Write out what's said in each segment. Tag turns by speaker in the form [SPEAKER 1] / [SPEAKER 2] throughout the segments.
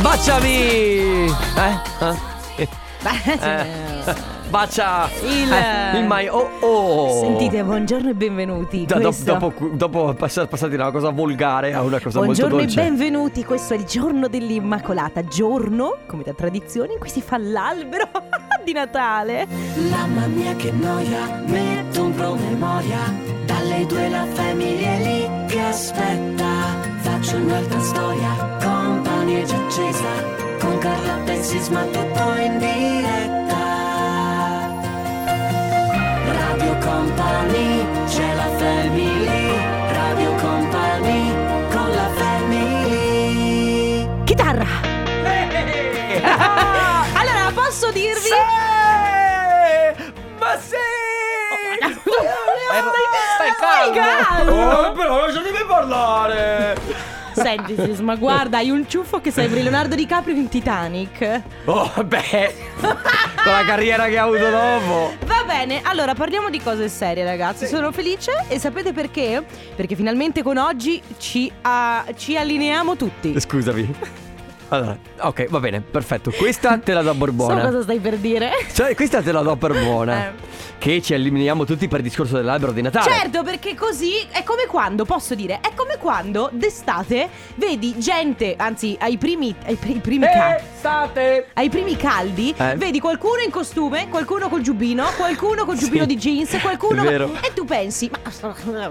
[SPEAKER 1] Baciami! Eh? Eh? Eh? Bacia
[SPEAKER 2] Il-
[SPEAKER 1] eh, in my oh oh!
[SPEAKER 2] Sentite, buongiorno e benvenuti.
[SPEAKER 1] Da- do-
[SPEAKER 2] Questo-
[SPEAKER 1] dopo, cu- dopo passa- passati da una cosa volgare a una cosa
[SPEAKER 2] Buongiorno
[SPEAKER 1] molto
[SPEAKER 2] e
[SPEAKER 1] dolce.
[SPEAKER 2] benvenuti, questo è il giorno dell'Immacolata, giorno, come da tradizione, in cui si fa l'albero di Natale.
[SPEAKER 3] Mamma mia che noia, metto un promemoria Dalle due la famiglia è lì che aspetta Faccio un'altra storia, compagnie già accesa Con Carla e Sisma tutto in diretta Radio Company, c'è la family Radio Company, con la family
[SPEAKER 2] Chitarra!
[SPEAKER 1] Eh.
[SPEAKER 2] allora, posso dirvi?
[SPEAKER 1] Sì! Ma sì! Eh,
[SPEAKER 2] Stai Oh, calmo.
[SPEAKER 1] Oh, però lasciatemi parlare!
[SPEAKER 2] Senti, Sisma, guarda, hai un ciuffo che sembri Leonardo DiCaprio in Titanic.
[SPEAKER 1] Oh, beh! Con la carriera che ha avuto dopo!
[SPEAKER 2] Va bene, allora parliamo di cose serie ragazzi, sono felice e sapete perché? Perché finalmente con oggi ci, ah, ci allineiamo tutti.
[SPEAKER 1] Scusami. Allora, ok, va bene, perfetto. Questa te la do per
[SPEAKER 2] So
[SPEAKER 1] buona.
[SPEAKER 2] cosa stai per dire.
[SPEAKER 1] Cioè, questa te la do per buona.
[SPEAKER 2] Eh.
[SPEAKER 1] Che ci eliminiamo tutti per il discorso dell'albero di Natale.
[SPEAKER 2] Certo, perché così è come quando, posso dire, è come quando d'estate vedi gente, anzi ai primi, ai pri- ai
[SPEAKER 1] Eh,
[SPEAKER 2] primi ca-
[SPEAKER 1] state!
[SPEAKER 2] ai primi caldi
[SPEAKER 1] Eh.
[SPEAKER 2] vedi qualcuno in costume, qualcuno col giubbino, qualcuno col giubbino
[SPEAKER 1] Sì,
[SPEAKER 2] di jeans, qualcuno...
[SPEAKER 1] vero.
[SPEAKER 2] E tu pensi, ma eh?"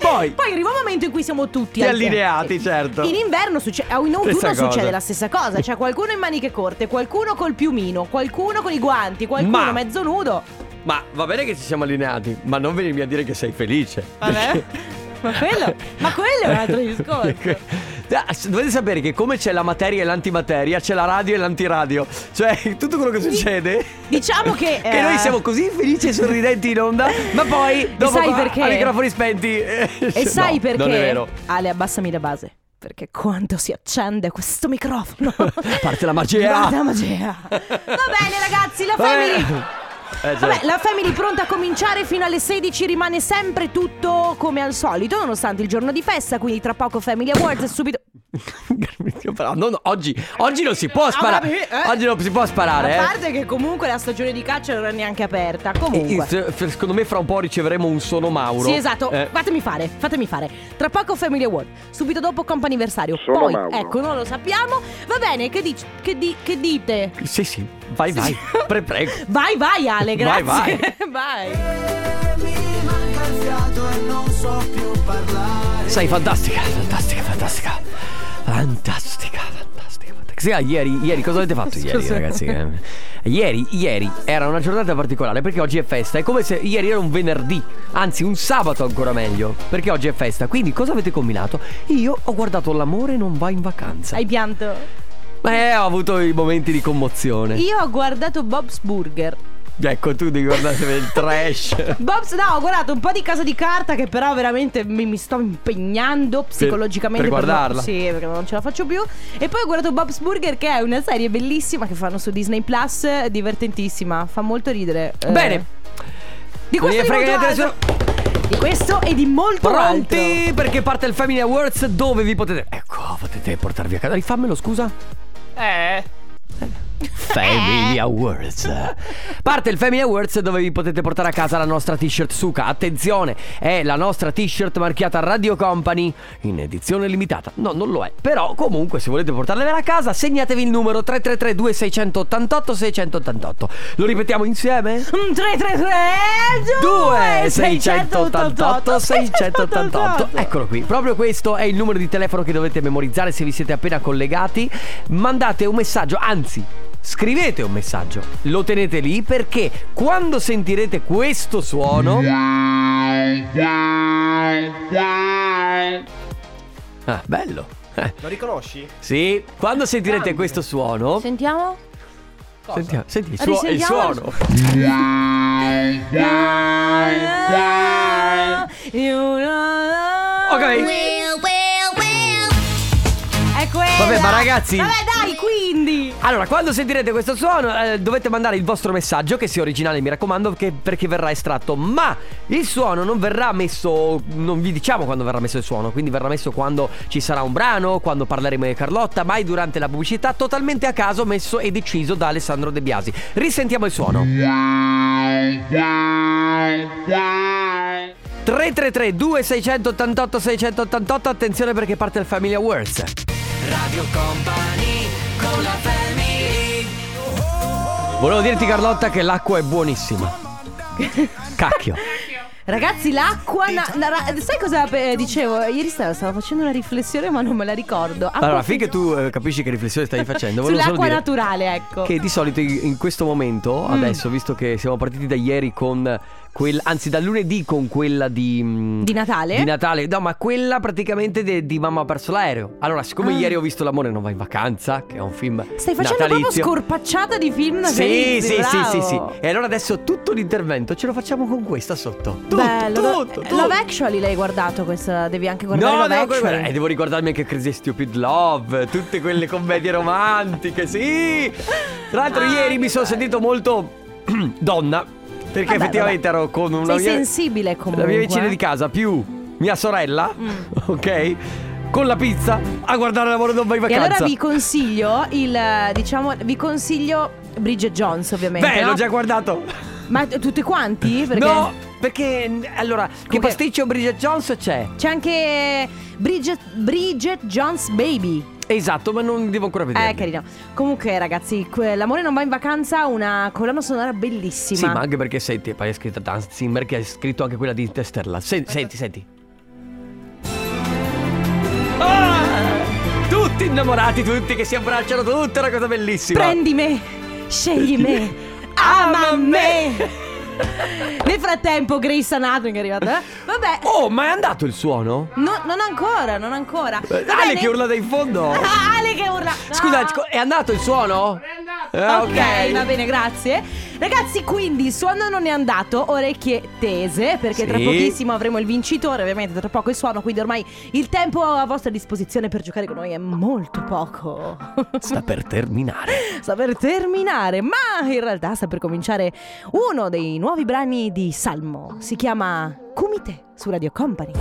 [SPEAKER 1] Poi-
[SPEAKER 2] poi arriva un momento in cui siamo tutti...
[SPEAKER 1] Ti
[SPEAKER 2] al-
[SPEAKER 1] allineati, certo.
[SPEAKER 2] In inverno succe- o in autunno
[SPEAKER 1] Stessa cosa.
[SPEAKER 2] succede la stessa cosa, cioè qualcuno in maniche corte, qualcuno col piumino, qualcuno con i guanti, qualcuno
[SPEAKER 1] Ma-
[SPEAKER 2] mezzo nudo.
[SPEAKER 1] Ma va bene che ci siamo allineati, ma non venirmi a dire che sei felice.
[SPEAKER 2] Vabbè. Ma quello, ma quello è un altro discorso.
[SPEAKER 1] Ah, s- Dovete sapere che come c'è la materia e l'antimateria, c'è la radio e l'antiradio. Cioè, tutto quello che succede.
[SPEAKER 2] Diciamo che,
[SPEAKER 1] Che
[SPEAKER 2] eh,
[SPEAKER 1] noi siamo così felici e sorridenti in onda, ma poi dopo
[SPEAKER 2] sai
[SPEAKER 1] qua,
[SPEAKER 2] perché?
[SPEAKER 1] a microfoni spenti. E
[SPEAKER 2] E sai perché?
[SPEAKER 1] Non è vero.
[SPEAKER 2] Ale, abbassami la base. Perché quando si accende questo microfono.
[SPEAKER 1] Parte la magia.
[SPEAKER 2] Parte la magia. Va bene, ragazzi, la family.
[SPEAKER 1] Eh, eh,
[SPEAKER 2] Vabbè,
[SPEAKER 1] certo.
[SPEAKER 2] la family pronta a cominciare fino alle 16 rimane sempre tutto come al solito, nonostante il giorno di festa, quindi tra poco Family Awards e subito
[SPEAKER 1] Però no, no, oggi, oggi non si può sparare.
[SPEAKER 2] vabbè, eh.
[SPEAKER 1] Oggi non si può
[SPEAKER 2] A
[SPEAKER 1] sparare, eh.
[SPEAKER 2] parte che comunque la stagione di caccia non è neanche aperta,
[SPEAKER 1] E-
[SPEAKER 2] comunque.
[SPEAKER 1] e- se- Secondo me fra un po' riceveremo un sono Mauro.
[SPEAKER 2] Sì, esatto.
[SPEAKER 1] Eh,
[SPEAKER 2] Fatemi fare, fatemi fare. Tra poco Family Award, subito dopo comp'anniversario.
[SPEAKER 4] Sono
[SPEAKER 2] Poi,
[SPEAKER 4] Mauro.
[SPEAKER 2] ecco, non lo sappiamo. Va bene, che, dici- che di- che dite?
[SPEAKER 1] sì, sì. Vai,
[SPEAKER 2] Sì,
[SPEAKER 1] vai.
[SPEAKER 2] sì.
[SPEAKER 1] Pre- prego.
[SPEAKER 2] Vai, vai, Ale,
[SPEAKER 1] Vai,
[SPEAKER 2] grazie. vai.
[SPEAKER 1] Sei fantastica, fantastica, fantastica. Fantastica, fantastica. fantastica. Sì, ah, ieri, ieri, cosa avete fatto ieri,
[SPEAKER 2] Scusa.
[SPEAKER 1] ragazzi? Eh, Ieri, ieri era una giornata particolare perché oggi è festa. È come se ieri era un venerdì, anzi un sabato ancora meglio, perché oggi è festa. Quindi cosa avete combinato? Io ho guardato L'amore non va in vacanza.
[SPEAKER 2] Hai pianto.
[SPEAKER 1] Beh, ho avuto i momenti di commozione.
[SPEAKER 2] Io ho guardato Bob's Burger.
[SPEAKER 1] Ecco, tu devi guardare il trash.
[SPEAKER 2] Bob's, no, ho guardato un po' di casa di carta che però veramente mi, mi sto impegnando psicologicamente
[SPEAKER 1] per guardarla.
[SPEAKER 2] sì, perché non ce la faccio più. E poi ho guardato Bob's Burger che è una serie bellissima che fanno su Disney Plus, eh, divertentissima, fa molto ridere. Eh,
[SPEAKER 1] Bene.
[SPEAKER 2] Di questo,
[SPEAKER 1] Non
[SPEAKER 2] e
[SPEAKER 1] gliene
[SPEAKER 2] di,
[SPEAKER 1] frega niente
[SPEAKER 2] molto altro. di questo e di molto altro.
[SPEAKER 1] Pronti? Perché parte il Family Awards dove vi potete. Ecco, potete portarvi a casa. Rifammelo, scusa. Eh. Family Awards. Parte il Family Awards dove vi potete portare a casa la nostra t-shirt Suka. Attenzione, è la nostra t-shirt marchiata Radio Company in edizione limitata. No, non lo è. Però comunque se volete portarla a casa segnatevi il numero 333 2688 688. Lo ripetiamo insieme?
[SPEAKER 2] 333 certo
[SPEAKER 1] 2 688 688 Eccolo qui, proprio questo è il numero di telefono che dovete memorizzare se vi siete appena collegati. Mandate un messaggio, anzi scrivete un messaggio, lo tenete lì perché quando sentirete questo suono... Ah, bello. Lo riconosci? Sì, quando sentirete questo suono...
[SPEAKER 2] Sentiamo?
[SPEAKER 1] Sentiamo, senti il, suo- il
[SPEAKER 2] Risentiamo
[SPEAKER 1] suono.
[SPEAKER 2] Ok.
[SPEAKER 1] Ok.
[SPEAKER 2] È quella.
[SPEAKER 1] Vabbè, ma ragazzi-
[SPEAKER 2] Vabbè, dai, quindi.
[SPEAKER 1] Allora, quando sentirete questo suono, eh, dovete mandare il vostro messaggio, che sia originale, mi raccomando, che- perché verrà estratto. Ma il suono non verrà messo. Non vi diciamo quando verrà messo il suono, quindi verrà messo quando ci sarà un brano, quando parleremo di Carlotta, mai durante la pubblicità, totalmente a caso messo e deciso da Alessandro De Biasi. Risentiamo il suono. 333 2688 688 attenzione perché parte il Family Awards. Volevo dirti Carlotta che l'acqua è buonissima. Cacchio.
[SPEAKER 2] Ragazzi, l'acqua. na- na- ra- sai cosa eh, dicevo? Ieri sera stavo facendo una riflessione, ma non me la ricordo. Acqua-
[SPEAKER 1] Allora, finché tu eh, capisci che riflessione stai facendo, volevo solo
[SPEAKER 2] Sull'acqua
[SPEAKER 1] dire
[SPEAKER 2] naturale, ecco. Mm.
[SPEAKER 1] che di solito in in questo momento, adesso, visto che siamo partiti da ieri con quel anzi da lunedì con quella di mm,
[SPEAKER 2] Di Natale?
[SPEAKER 1] Di Natale, no, ma quella praticamente de- di Mamma ha perso l'aereo. Allora, siccome
[SPEAKER 2] Ah.
[SPEAKER 1] ieri ho visto L'amore non va in vacanza, che è un film
[SPEAKER 2] Stai facendo
[SPEAKER 1] natalizio.
[SPEAKER 2] proprio scorpacciata di film
[SPEAKER 1] Sì,
[SPEAKER 2] natalizi,
[SPEAKER 1] sì, sì,
[SPEAKER 2] bravo.
[SPEAKER 1] sì, sì. E allora adesso tutto l'intervento ce lo facciamo con questa sotto. Tutto,
[SPEAKER 2] Bello.
[SPEAKER 1] tutto,
[SPEAKER 2] Lo-
[SPEAKER 1] tutto.
[SPEAKER 2] Love Actually l'hai guardato questa, devi anche guardare
[SPEAKER 1] No,
[SPEAKER 2] Love
[SPEAKER 1] devo
[SPEAKER 2] Actually.
[SPEAKER 1] guardare- eh, devo ricordarmi anche Crazy Stupid Love, tutte quelle commedie romantiche, sì! Tra l'altro
[SPEAKER 2] Ah,
[SPEAKER 1] ieri
[SPEAKER 2] che
[SPEAKER 1] mi sono
[SPEAKER 2] bello.
[SPEAKER 1] sentito molto donna, perché
[SPEAKER 2] Vabbè,
[SPEAKER 1] effettivamente
[SPEAKER 2] vabbè.
[SPEAKER 1] ero con una
[SPEAKER 2] Sei
[SPEAKER 1] mia...
[SPEAKER 2] sensibile
[SPEAKER 1] La mia
[SPEAKER 2] comunque,
[SPEAKER 1] vicina
[SPEAKER 2] eh. Mm.
[SPEAKER 1] di casa, più mia sorella, ok? Con la pizza a guardare l'amore non vai in
[SPEAKER 2] E
[SPEAKER 1] vacanza.
[SPEAKER 2] allora vi consiglio il eh, diciamo vi consiglio Bridget Jones ovviamente.
[SPEAKER 1] Beh,
[SPEAKER 2] no?
[SPEAKER 1] l'ho già guardato.
[SPEAKER 2] Ma t- tutti quanti? Perché
[SPEAKER 1] No, perché allora, che
[SPEAKER 2] Comunque-
[SPEAKER 1] pasticcio Bridget Jones c'è?
[SPEAKER 2] c'è anche Bridget, Bridget Jones Baby.
[SPEAKER 1] Esatto, ma non devo ancora vedere.
[SPEAKER 2] Eh, carino. Comunque, ragazzi, que- L'amore non va in vacanza, una colonna sonora bellissima.
[SPEAKER 1] Sì, ma anche perché senti, poi hai scritto Dan Zimmer che hai scritto anche quella di Interstellar. Senti, senti, senti. Ah! Tutti innamorati, tutti che si abbracciano, tutta una cosa bellissima.
[SPEAKER 2] Prendi me, scegli me, ama me. Nel frattempo, Grace Anatomy che è arrivata. eh. Vabbè,
[SPEAKER 1] Oh, ma è andato il suono?
[SPEAKER 2] no- non ancora, non ancora. Va
[SPEAKER 1] Eh, Ale
[SPEAKER 2] bene?
[SPEAKER 1] che urla da in fondo.
[SPEAKER 2] Ah, Ale che urla. No.
[SPEAKER 1] Scusa, scu- è andato il suono? Eh, È andato.
[SPEAKER 2] ok, va bene, grazie. Ragazzi, quindi il suono non è andato, orecchie tese, perché tra
[SPEAKER 1] Sì.
[SPEAKER 2] pochissimo avremo il vincitore, ovviamente tra poco il suono, quindi ormai il tempo a vostra disposizione per giocare con noi è molto poco.
[SPEAKER 1] Sta per terminare.
[SPEAKER 2] sta per terminare, ma in realtà sta per cominciare uno dei nuovi brani di Salmo. Si chiama Kumite su Radio Company.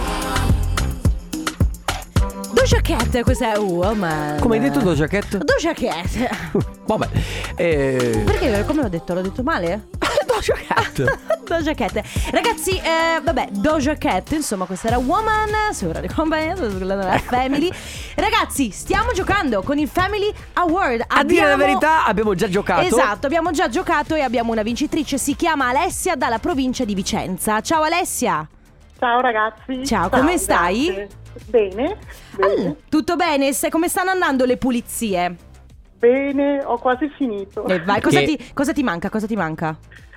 [SPEAKER 2] Doja Cat, questa è Woman.
[SPEAKER 1] Come hai detto tuo giacchetto?
[SPEAKER 2] Doja Cat.
[SPEAKER 1] Vabbè. Eh...
[SPEAKER 2] Perché come l'ho detto? L'ho detto male?
[SPEAKER 1] Doja Cat.
[SPEAKER 2] Doja Cat Ragazzi, eh, vabbè, Doja Cat Insomma, questa era Woman Su Radio Company Su la Family Ragazzi, stiamo giocando con il Family Award
[SPEAKER 1] A dire la
[SPEAKER 2] Abbiamo-
[SPEAKER 1] verità, abbiamo già giocato.
[SPEAKER 2] Esatto, abbiamo già giocato e abbiamo una vincitrice Si chiama Alessia dalla provincia di Vicenza Ciao Alessia
[SPEAKER 4] Ciao ragazzi.
[SPEAKER 2] Ciao, come stai?
[SPEAKER 4] grazie. Bene, bene,
[SPEAKER 2] Al- Mm, Tutto bene? Se- come stanno andando le pulizie?
[SPEAKER 4] bene, ho quasi finito.
[SPEAKER 2] Eh, vai, cosa,
[SPEAKER 1] Che-
[SPEAKER 2] ti, cosa ti manca? Cosa ti manca?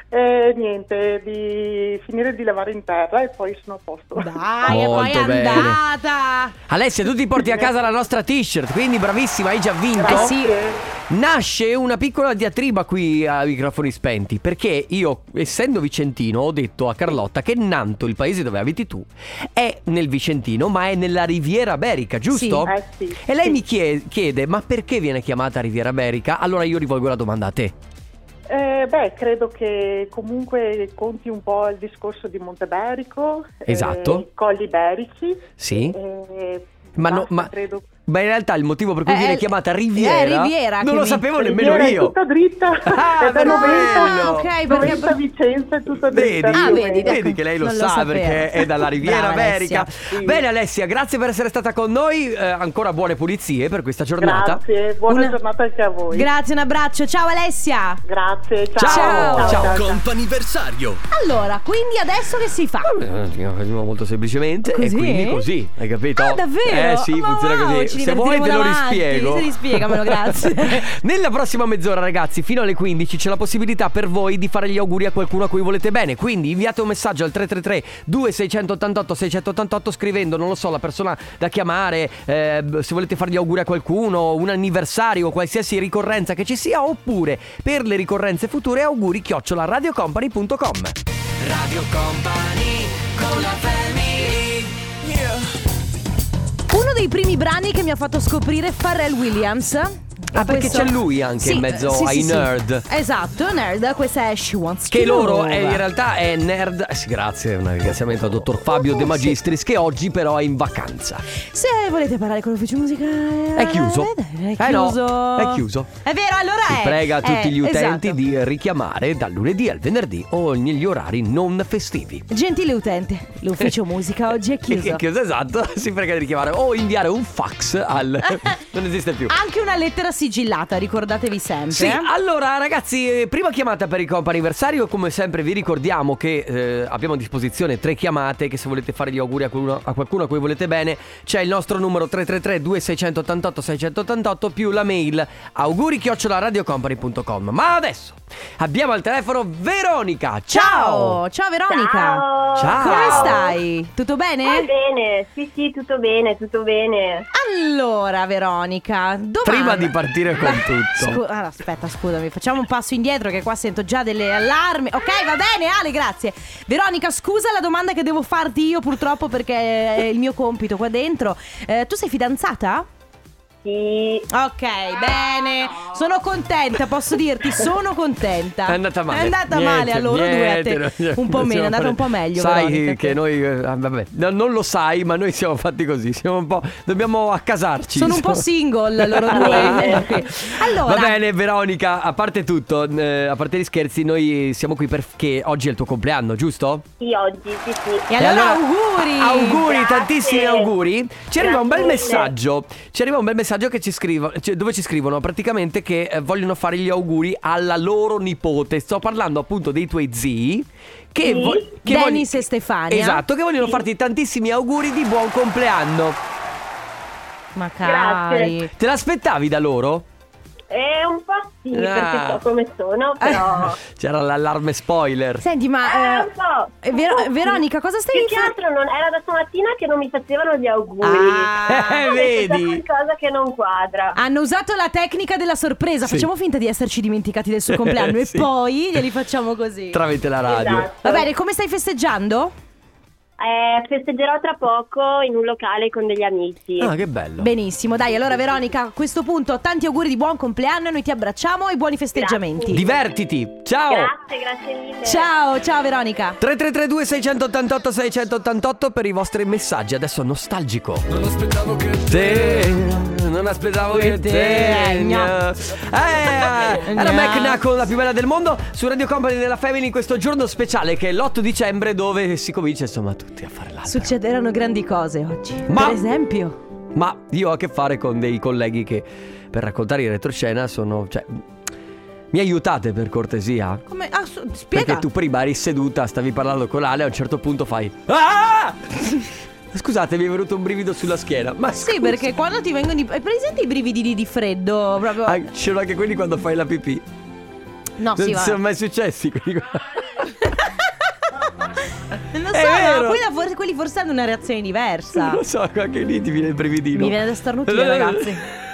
[SPEAKER 4] Eh, niente, di finire di lavare in terra e poi sono a posto.
[SPEAKER 2] Dai,
[SPEAKER 1] e poi
[SPEAKER 2] poi
[SPEAKER 1] Molto
[SPEAKER 2] è
[SPEAKER 1] bene.
[SPEAKER 2] andata
[SPEAKER 1] Alessia, tu ti porti a casa la nostra t-shirt, quindi bravissima, hai già vinto.
[SPEAKER 2] Eh sì.
[SPEAKER 4] Grazie.
[SPEAKER 1] Nasce una piccola diatriba qui a microfoni spenti, perché io, essendo vicentino, ho detto a Carlotta che Nanto, il paese dove abiti tu, è nel Vicentino, ma è nella Riviera Berica, giusto?
[SPEAKER 4] Eh sì.
[SPEAKER 1] E lei
[SPEAKER 4] sì.
[SPEAKER 1] mi chie- chiede, ma perché viene chiamata Riviera Berica? Allora io rivolgo la domanda a te.
[SPEAKER 4] Eh, beh, credo che comunque conti un po' il discorso di Monteberico, eh,
[SPEAKER 1] Esatto.
[SPEAKER 4] i colli berici.
[SPEAKER 1] Sì?
[SPEAKER 4] eh,
[SPEAKER 1] Ma, no,
[SPEAKER 4] basta,
[SPEAKER 1] ma,
[SPEAKER 4] credo.
[SPEAKER 1] ma in realtà il motivo per cui
[SPEAKER 2] Eh,
[SPEAKER 1] viene
[SPEAKER 2] eh,
[SPEAKER 1] chiamata
[SPEAKER 2] eh,
[SPEAKER 1] Riviera...
[SPEAKER 2] Riviera,
[SPEAKER 1] non lo
[SPEAKER 2] quindi.
[SPEAKER 1] sapevo
[SPEAKER 4] Riviera
[SPEAKER 1] nemmeno
[SPEAKER 4] è
[SPEAKER 1] io.
[SPEAKER 4] tutta dritta.
[SPEAKER 1] Ah,
[SPEAKER 4] È da
[SPEAKER 1] bello.
[SPEAKER 4] 90.
[SPEAKER 2] Ah, ok, perché-
[SPEAKER 4] Dovetta Vicenza è tutta
[SPEAKER 1] Vedi,
[SPEAKER 4] dritta.
[SPEAKER 2] Ah, vedi,
[SPEAKER 4] Dovetta.
[SPEAKER 1] vedi che lei lo
[SPEAKER 2] Non lo
[SPEAKER 1] sa
[SPEAKER 2] sapevo.
[SPEAKER 1] perché è dalla Riviera
[SPEAKER 2] Brava,
[SPEAKER 1] America.
[SPEAKER 2] Alessia.
[SPEAKER 4] Sì.
[SPEAKER 1] Bene Alessia, grazie per essere stata con noi, eh, ancora buone pulizie per questa giornata.
[SPEAKER 4] Grazie, buona
[SPEAKER 2] Una-
[SPEAKER 4] giornata anche a voi.
[SPEAKER 2] Grazie, un abbraccio Ciao Alessia
[SPEAKER 4] Grazie, ciao.
[SPEAKER 1] Ciao. Ciao.
[SPEAKER 5] Comp'anniversario
[SPEAKER 2] Allora, quindi adesso che si fa?
[SPEAKER 1] Eh, Facciamo molto semplicemente
[SPEAKER 2] Così?
[SPEAKER 1] e quindi così, hai capito?
[SPEAKER 2] Ah, davvero?
[SPEAKER 1] Eh sì,
[SPEAKER 2] Ma
[SPEAKER 1] funziona
[SPEAKER 2] wow,
[SPEAKER 1] così.
[SPEAKER 2] ci
[SPEAKER 1] Se vuoi te lo
[SPEAKER 2] divertiremo davanti.
[SPEAKER 1] rispiego.
[SPEAKER 2] Sì, rispiegamelo, grazie.
[SPEAKER 1] Nella prossima mezz'ora, ragazzi, fino alle 15 c'è la possibilità per voi di fare gli auguri a qualcuno a cui volete bene. Quindi inviate un messaggio al 333 2688 688 scrivendo, non lo so, la persona da chiamare, eh, se volete fare gli auguri a qualcuno, un anniversario, qualsiasi ricorrenza che ci sia, oppure per le ricorrenze future auguri chiocciola radiocompany.com.
[SPEAKER 2] Uno dei primi brani che mi ha fatto scoprire Pharrell Williams.
[SPEAKER 1] Ah, perché c'è lui anche
[SPEAKER 2] Sì,
[SPEAKER 1] in mezzo
[SPEAKER 2] sì, sì,
[SPEAKER 1] ai
[SPEAKER 2] sì.
[SPEAKER 1] nerd.
[SPEAKER 2] Esatto, nerd. Questa è She Wants
[SPEAKER 1] Che
[SPEAKER 2] to
[SPEAKER 1] loro
[SPEAKER 2] Know.
[SPEAKER 1] eh, in realtà è nerd. eh, sì, grazie, un ringraziamento al dottor Fabio De Magistris, che oggi però è in vacanza.
[SPEAKER 2] Se volete parlare con l'ufficio musicale
[SPEAKER 1] È chiuso.
[SPEAKER 2] È
[SPEAKER 1] Eh no,
[SPEAKER 2] chiuso
[SPEAKER 1] è chiuso.
[SPEAKER 2] È vero, allora
[SPEAKER 1] Si
[SPEAKER 2] è
[SPEAKER 1] prega a tutti
[SPEAKER 2] è-
[SPEAKER 1] gli utenti
[SPEAKER 2] esatto.
[SPEAKER 1] di richiamare dal lunedì al venerdì o negli orari non festivi.
[SPEAKER 2] Gentile utente, l'ufficio musica oggi è
[SPEAKER 1] Che- che-
[SPEAKER 2] chiuso
[SPEAKER 1] Chiuso, esatto. Si prega di richiamare o inviare un fax al. non esiste più.
[SPEAKER 2] Anche una lettera sigillata, ricordatevi sempre
[SPEAKER 1] Sì,
[SPEAKER 2] eh.
[SPEAKER 1] allora ragazzi, eh, prima chiamata per il comp anniversario, come sempre vi ricordiamo che eh, abbiamo a disposizione tre chiamate che se volete fare gli auguri a qualcuno a, qualcuno a cui volete bene, c'è il nostro numero 333 2688 688 più la mail auguri radiocompany.com. Ma adesso abbiamo al telefono Veronica. Ciao!
[SPEAKER 2] Ciao, ciao Veronica
[SPEAKER 1] Ciao.
[SPEAKER 2] Come stai? Tutto bene?
[SPEAKER 5] Va bene, sì sì, tutto bene, tutto bene.
[SPEAKER 2] Allora Veronica, domanda
[SPEAKER 1] Prima di partire con tutto.
[SPEAKER 2] Scu- allora, aspetta, scusami, facciamo un passo indietro che qua sento già delle allarmi. Ok, va bene, Ale, grazie. Veronica, scusa la domanda che devo farti io purtroppo perché è il mio compito qua dentro. Eh, tu sei fidanzata?
[SPEAKER 5] Sì,
[SPEAKER 2] Ok, bene. Sono contenta, posso dirti, sono contenta.
[SPEAKER 1] È andata male.
[SPEAKER 2] È andata
[SPEAKER 1] Niente,
[SPEAKER 2] male a loro
[SPEAKER 1] niente,
[SPEAKER 2] due, a te.
[SPEAKER 1] no,
[SPEAKER 2] un po' meno, è andata un po' meglio.
[SPEAKER 1] Sai
[SPEAKER 2] Veronica.
[SPEAKER 1] che noi eh, ah, vabbè, no, non lo sai, ma noi siamo fatti così, siamo un po' dobbiamo accasarci.
[SPEAKER 2] Sono un po' single loro due. Ok. Allora,
[SPEAKER 1] Va bene Veronica, a parte tutto, eh, a parte gli scherzi, noi siamo qui perché oggi è il tuo compleanno, giusto?
[SPEAKER 5] sì, oggi, sì sì.
[SPEAKER 2] E allora, auguri!
[SPEAKER 1] Auguri,
[SPEAKER 5] Grazie.
[SPEAKER 1] tantissimi auguri. Ci arriva un bel
[SPEAKER 5] mille.
[SPEAKER 1] messaggio. Ci arriva un bel messaggio che ci scrivo- cioè, dove ci scrivono praticamente che eh, vogliono fare gli auguri alla loro nipote. Sto parlando appunto dei tuoi zii. Che
[SPEAKER 5] Sì.
[SPEAKER 1] che
[SPEAKER 2] Dennis e Stefania.
[SPEAKER 1] Esatto, che vogliono
[SPEAKER 5] Sì.
[SPEAKER 1] farti tantissimi auguri di buon compleanno.
[SPEAKER 2] ma cari.
[SPEAKER 5] Grazie.
[SPEAKER 1] Te l'aspettavi da loro?
[SPEAKER 5] È un po' sì,
[SPEAKER 1] Ah.
[SPEAKER 5] perché so come sono,
[SPEAKER 2] Eh,
[SPEAKER 5] però...
[SPEAKER 1] C'era l'allarme spoiler.
[SPEAKER 2] Senti, ma
[SPEAKER 5] Ah,
[SPEAKER 2] eh,
[SPEAKER 5] un po'.
[SPEAKER 2] eh, Vero-
[SPEAKER 5] un po' sì.
[SPEAKER 2] Veronica, cosa stavi
[SPEAKER 5] oh, Più che
[SPEAKER 2] facendo?
[SPEAKER 5] altro non era da stamattina che non mi facevano gli auguri.
[SPEAKER 2] Ah.
[SPEAKER 1] Eh,
[SPEAKER 5] Ho detto, c'è
[SPEAKER 1] vedi.
[SPEAKER 5] qualcosa che non quadra.
[SPEAKER 2] hanno usato la tecnica della sorpresa.
[SPEAKER 1] Sì.
[SPEAKER 2] Facciamo finta di esserci dimenticati del suo compleanno
[SPEAKER 1] Sì.
[SPEAKER 2] e poi glieli facciamo così.
[SPEAKER 1] Tramite la Ah, radio.
[SPEAKER 5] Esatto.
[SPEAKER 2] Va bene, come stai festeggiando?
[SPEAKER 5] Eh, festeggerò tra poco in un locale con degli amici.
[SPEAKER 1] Ah, che bello.
[SPEAKER 2] Benissimo, dai, allora Veronica, a questo punto tanti auguri di buon compleanno, noi ti abbracciamo e buoni festeggiamenti.
[SPEAKER 5] Grazie.
[SPEAKER 1] Divertiti. Ciao.
[SPEAKER 5] Grazie, grazie mille.
[SPEAKER 2] Ciao, ciao Veronica.
[SPEAKER 1] 3332 688 688 per i vostri messaggi. Adesso nostalgico. Non aspettavo che te. Non aspettavo che te.
[SPEAKER 2] te, gna.
[SPEAKER 1] Eh, era
[SPEAKER 2] Gna.
[SPEAKER 1] Mecna con la più bella del mondo su Radio Company della Family in questo giorno speciale che è l'8 dicembre dove si comincia insomma tutti a fare l'albero.
[SPEAKER 2] Succederanno grandi cose oggi.
[SPEAKER 1] Ma-
[SPEAKER 2] Per esempio,
[SPEAKER 1] Ma io ho a che fare con dei colleghi che per raccontare in retroscena sono... Cioè, mi aiutate per cortesia?
[SPEAKER 2] come ah, su-
[SPEAKER 1] Perché
[SPEAKER 2] spiega.
[SPEAKER 1] tu prima eri seduta, stavi parlando con Ale, a un certo punto fai. Ah! Scusate, mi è venuto un brivido sulla schiena. Ma
[SPEAKER 2] Sì,
[SPEAKER 1] scusa.
[SPEAKER 2] perché quando ti vengono i Hai presente i brividini di freddo proprio?
[SPEAKER 1] Ah, c'erano anche quelli quando fai la pipì.
[SPEAKER 2] No,
[SPEAKER 1] non
[SPEAKER 2] sì,
[SPEAKER 1] ti
[SPEAKER 2] va.
[SPEAKER 1] sono mai successi quelli qua.
[SPEAKER 2] Non
[SPEAKER 1] È
[SPEAKER 2] so, ma
[SPEAKER 1] vero.
[SPEAKER 2] quella for- quelli forse hanno una reazione diversa.
[SPEAKER 1] Non lo so, anche lì ti viene il brividino.
[SPEAKER 2] Mi viene da starnutire,
[SPEAKER 1] Eh,
[SPEAKER 2] ragazzi.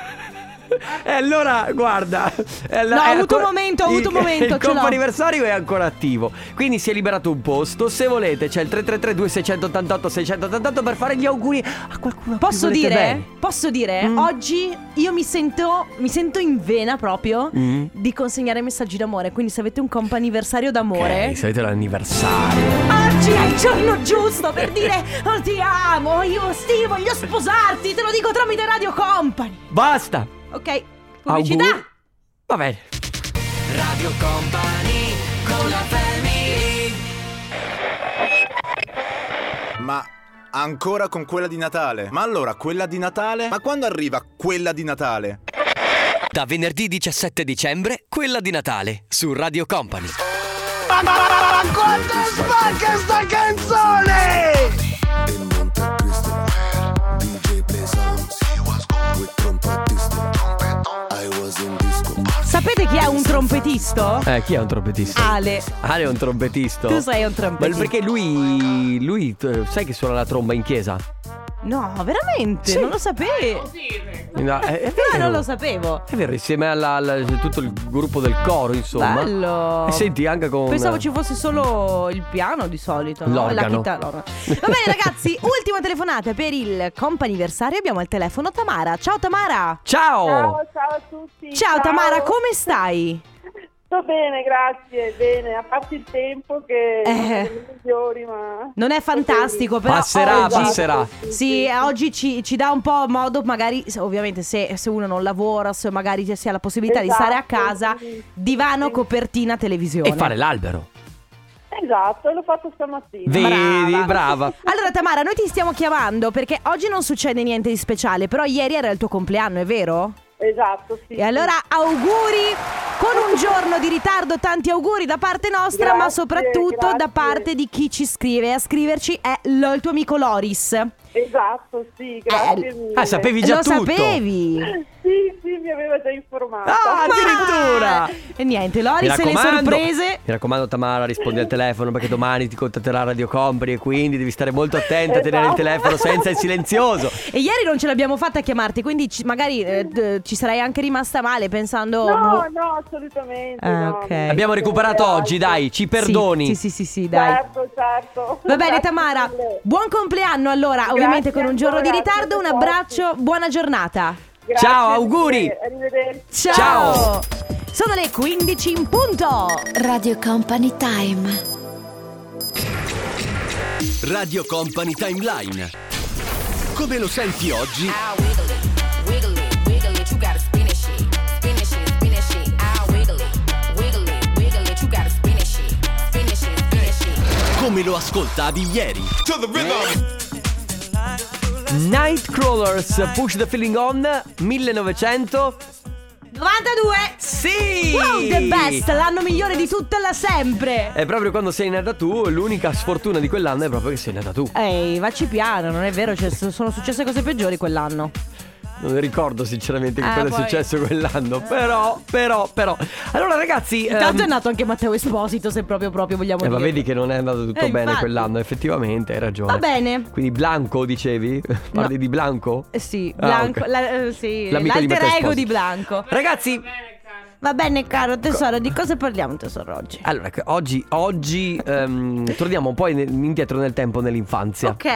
[SPEAKER 1] E allora, guarda, è la-
[SPEAKER 2] No, ho
[SPEAKER 1] è
[SPEAKER 2] avuto un momento, ho avuto un
[SPEAKER 1] il-
[SPEAKER 2] momento,
[SPEAKER 1] Il
[SPEAKER 2] ce l'ho.
[SPEAKER 1] comp'anniversario è ancora attivo. Quindi si è liberato un posto. Se volete, c'è il 333 2688 688 per fare gli auguri a qualcuno. a cui
[SPEAKER 2] Posso
[SPEAKER 1] volete
[SPEAKER 2] dire?
[SPEAKER 1] bene.
[SPEAKER 2] Posso dire?
[SPEAKER 1] Mm.
[SPEAKER 2] Oggi io mi sento, mi sento in vena proprio
[SPEAKER 1] Mm.
[SPEAKER 2] di consegnare messaggi d'amore. Quindi se avete un comp anniversario d'amore,
[SPEAKER 1] Ok, solito l'anniversario.
[SPEAKER 2] oggi è il giorno giusto per dire "Oh, ti amo, io sì, voglio sposarti, te lo dico tramite Radio Company.
[SPEAKER 1] Basta.
[SPEAKER 2] Ok, pubblicità.
[SPEAKER 1] Auguri. Va bene.
[SPEAKER 6] Ma ancora con quella di Natale? Ma allora quella di Natale? Ma quando arriva quella di Natale?
[SPEAKER 1] Da venerdì 17 dicembre, quella di Natale su Radio Company.
[SPEAKER 2] Sapete chi è un trompetisto?
[SPEAKER 1] Eh, chi è un trombettista?
[SPEAKER 2] Ale.
[SPEAKER 1] Ale è un trombettista.
[SPEAKER 2] Ah. Tu sei un
[SPEAKER 1] Ma
[SPEAKER 2] trompettista.
[SPEAKER 1] perché lui. Lui. t- Sai che suona la tromba in chiesa?
[SPEAKER 2] No, veramente?
[SPEAKER 1] Sì.
[SPEAKER 2] Non lo sapevo.
[SPEAKER 1] No, è, è
[SPEAKER 2] No,
[SPEAKER 1] vero.
[SPEAKER 2] non lo sapevo.
[SPEAKER 1] È vero, insieme alla- alla- tutto il gruppo del coro, insomma.
[SPEAKER 2] Bello.
[SPEAKER 1] E senti anche con.
[SPEAKER 2] Pensavo ci fosse solo il piano di solito. no? E La
[SPEAKER 1] L'organo.
[SPEAKER 2] chitarra. Va bene, ragazzi, ultima telefonata per il comp'anniversario. Abbiamo al telefono Tamara. Ciao Tamara.
[SPEAKER 1] Ciao!
[SPEAKER 7] Ciao, ciao a tutti.
[SPEAKER 2] Ciao Tamara, come stai?
[SPEAKER 7] Sto bene, grazie. Bene, a parte il tempo che
[SPEAKER 2] Eh.
[SPEAKER 7] non è delle migliori, ma Esatto,
[SPEAKER 2] Non è fantastico, però
[SPEAKER 1] Passerà,
[SPEAKER 2] oggi,
[SPEAKER 1] passerà.
[SPEAKER 2] Sì, eh, oggi ci, ci dà un po' modo, magari, se- ovviamente, se, se uno non lavora, se magari si ha la possibilità di stare a
[SPEAKER 7] Esatto,
[SPEAKER 2] casa,
[SPEAKER 7] sì.
[SPEAKER 2] divano, copertina, televisione.
[SPEAKER 1] E fare l'albero.
[SPEAKER 7] Esatto, l'ho fatto stamattina.
[SPEAKER 1] Vedi, brava.
[SPEAKER 2] Allora Tamara, noi ti stiamo chiamando perché oggi non succede niente di speciale, però ieri era il tuo compleanno, è vero?
[SPEAKER 7] Esatto, sì.
[SPEAKER 2] E allora auguri con un giorno di ritardo, tanti auguri da parte nostra, ma
[SPEAKER 7] Grazie,
[SPEAKER 2] soprattutto da
[SPEAKER 7] grazie.
[SPEAKER 2] parte di chi ci scrive. E A scriverci è lo- il tuo amico Loris.
[SPEAKER 7] sì. Esatto,
[SPEAKER 2] Eh,
[SPEAKER 7] sì, grazie mille.
[SPEAKER 1] Ah, sapevi già
[SPEAKER 2] Lo
[SPEAKER 1] tutto.
[SPEAKER 2] sapevi?
[SPEAKER 7] Sì, sì, mi aveva già informata.
[SPEAKER 1] Ah, addirittura.
[SPEAKER 2] E niente, Loris se le
[SPEAKER 1] raccomando-
[SPEAKER 2] sorprese.
[SPEAKER 1] Mi raccomando, Tamara, rispondi al telefono perché domani ti contatterà Radio Company e quindi devi stare molto attenta a tenere il
[SPEAKER 7] Esatto.
[SPEAKER 1] telefono senza il silenzioso.
[SPEAKER 2] E ieri non ce l'abbiamo fatta a chiamarti, quindi ci- magari eh, d- ci sarai anche rimasta male pensando... Boh.
[SPEAKER 7] No,
[SPEAKER 2] "Mo-
[SPEAKER 7] no, assolutamente.
[SPEAKER 2] Ah,
[SPEAKER 7] no.
[SPEAKER 2] ok.
[SPEAKER 1] Abbiamo recuperato oggi, dai, ci perdoni.
[SPEAKER 2] esatto. Sì, sì, sì, sì, dai.
[SPEAKER 7] Certo, certo.
[SPEAKER 2] Va bene
[SPEAKER 7] Grazie
[SPEAKER 2] Tamara,
[SPEAKER 7] mille.
[SPEAKER 2] buon compleanno allora,
[SPEAKER 7] Grazie
[SPEAKER 2] ovviamente con un giorno di
[SPEAKER 7] ancora,
[SPEAKER 2] ritardo, un
[SPEAKER 7] siete
[SPEAKER 2] abbraccio, buona giornata.
[SPEAKER 7] Grazie
[SPEAKER 1] Ciao,
[SPEAKER 7] mille,
[SPEAKER 1] auguri.
[SPEAKER 7] Arrivederci.
[SPEAKER 2] Ciao!
[SPEAKER 1] Ciao.
[SPEAKER 2] Sono le 15 in punto.
[SPEAKER 8] Radio Company Time.
[SPEAKER 9] Radio Company Timeline. Come lo senti oggi? Come lo ascoltavi ieri?
[SPEAKER 10] Eh,
[SPEAKER 1] Nightcrawlers, Push the Feeling On, 1900.
[SPEAKER 2] 92!
[SPEAKER 1] Sì!
[SPEAKER 2] Wow, the best, l'anno migliore di tutta la sempre.
[SPEAKER 1] È proprio quando sei nata tu, l'unica sfortuna di quell'anno è proprio che sei nata tu.
[SPEAKER 2] Ehi, vacci piano, non è vero, cioè, so- sono successe cose peggiori quell'anno.
[SPEAKER 1] Non ricordo sinceramente che
[SPEAKER 2] Ah,
[SPEAKER 1] cosa è
[SPEAKER 2] poi-
[SPEAKER 1] successo quell'anno, però, però, però. Allora ragazzi... ehm,
[SPEAKER 2] Tanto è nato anche Matteo Esposito, se proprio proprio vogliamo
[SPEAKER 1] Eh, ma
[SPEAKER 2] dire.
[SPEAKER 1] vedi che non è andato tutto
[SPEAKER 2] Eh,
[SPEAKER 1] bene
[SPEAKER 2] infatti.
[SPEAKER 1] quell'anno, effettivamente, hai ragione.
[SPEAKER 2] Va bene.
[SPEAKER 1] Quindi Blanco dicevi? Parli di Blanco?
[SPEAKER 2] Eh Sì,
[SPEAKER 1] Ah,
[SPEAKER 2] Blanco,
[SPEAKER 1] ok.
[SPEAKER 2] la- eh, sì,
[SPEAKER 1] L'amico di Matteo
[SPEAKER 2] l'alter ego
[SPEAKER 1] Esposito.
[SPEAKER 2] di Blanco.
[SPEAKER 1] Ragazzi,
[SPEAKER 2] Va bene, caro tesoro, di cosa parliamo tesoro oggi?
[SPEAKER 1] allora che oggi, oggi ehm, torniamo un po' in- indietro nel tempo, nell'infanzia.
[SPEAKER 2] Ok.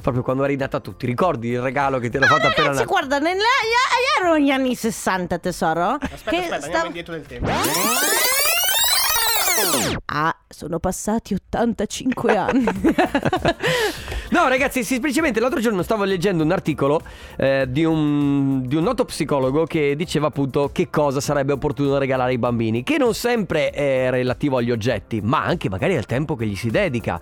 [SPEAKER 1] Proprio quando eri nata tu, ti ricordi il regalo che ti era
[SPEAKER 2] Ma
[SPEAKER 1] fatto appena
[SPEAKER 2] Ah, ragazzi,
[SPEAKER 1] nata?
[SPEAKER 2] guarda, nella- gli- erano gli anni 60, tesoro. Aspetta, aspetta, andiamo indietro nel tempo. Ah, sono passati 85 anni.
[SPEAKER 1] No ragazzi, sì, semplicemente l'altro giorno stavo leggendo un articolo eh, di, un, di un noto psicologo che diceva appunto che cosa sarebbe opportuno regalare ai bambini, che non sempre è relativo agli oggetti, ma anche magari al tempo che gli si dedica.